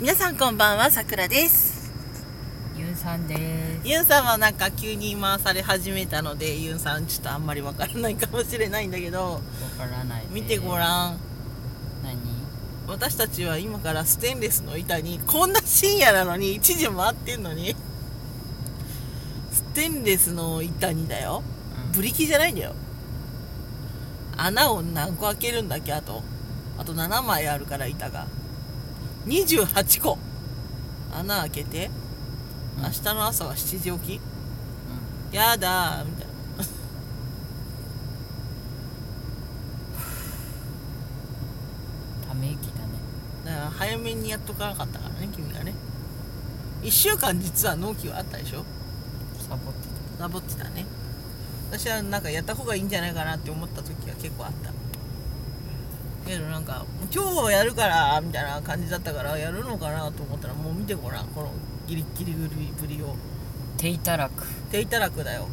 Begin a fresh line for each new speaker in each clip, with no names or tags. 皆さんこんばんはさくらです
ゆうさんです。
ユンさんはなんか急に回され始めたのでユンさんちょっとあんまりわからないかもしれないんだけど
わからないです。
見てごらん、
何？
私たちは今からステンレスの板にこんな深夜なのに1時回ってんのにステンレスの板にだよ
うん
ブリキじゃないんだよ穴を何個開けるんだっけあとあと7枚あるから板が28個穴開けて
うん
明日の朝は7時起
う
きやだーみたいな
んため息だね。
だから早めにやっとかなかったからね君がね1週間実は納期はあったでしょ
サボって
サボってたね私はなんかやった方がいいんじゃないかなって思った時は結構あったけどなんか今日やるからみたいな感じだったからやるのかなと思ったらもう見てごらんこのギリギリぐりぶりを
た。手いたらく。
手いたらくだよ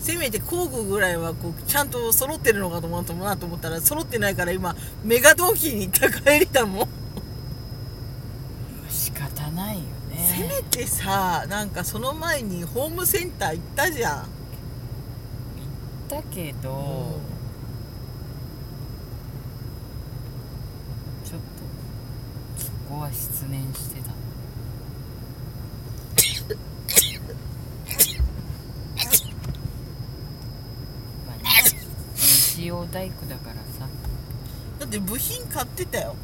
せめて工具ぐらいはこうちゃんと揃ってるのかと思ったなと思ったら揃ってないから今メガドンキーに行った帰りだもん、
仕方ないよ
せ
ね。
めてさなんかその前にホームセンター行ったじゃん
だけど、ちょっとそこは失念してた。まあね日曜大工だからさ。
だって部品買ってたよ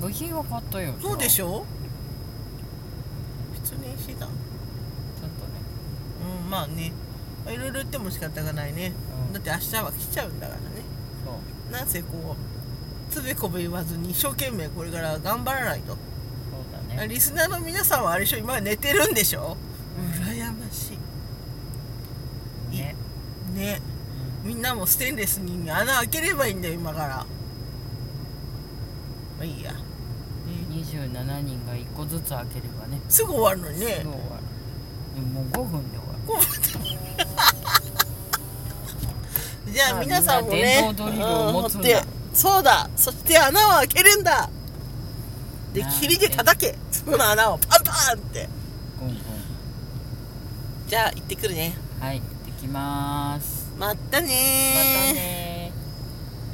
部品は買ったよ。
そうでし
ょ。
ょ失念してたう
ちょっとね。
んまあねいろいろ言っても仕方がないね、
うん
だって明日は来ちゃうんだからね
そう。
なんせこうつべこべ言わずに一生懸命これから頑張らないと
そうだね。
リスナーの皆さんはあれでしょ今寝てるんでしょ羨ましい
ね。
ねみんなもステンレスに穴開ければいいんだよ今からまあいいや、ね
27人が1個ずつ開ければね
すぐ終わるのに
す
ね
ぐ終わるもう5分で終わる
こうじゃあ
まあ
皆さんもね
みんな電動ドリルを持つんだ
うんそうだそして穴を開けるんだで
なあ
霧で叩けその穴をパンパンって
ゴンゴ
じゃあ行ってくるね
ンはい行ってきます
まったねー
またねー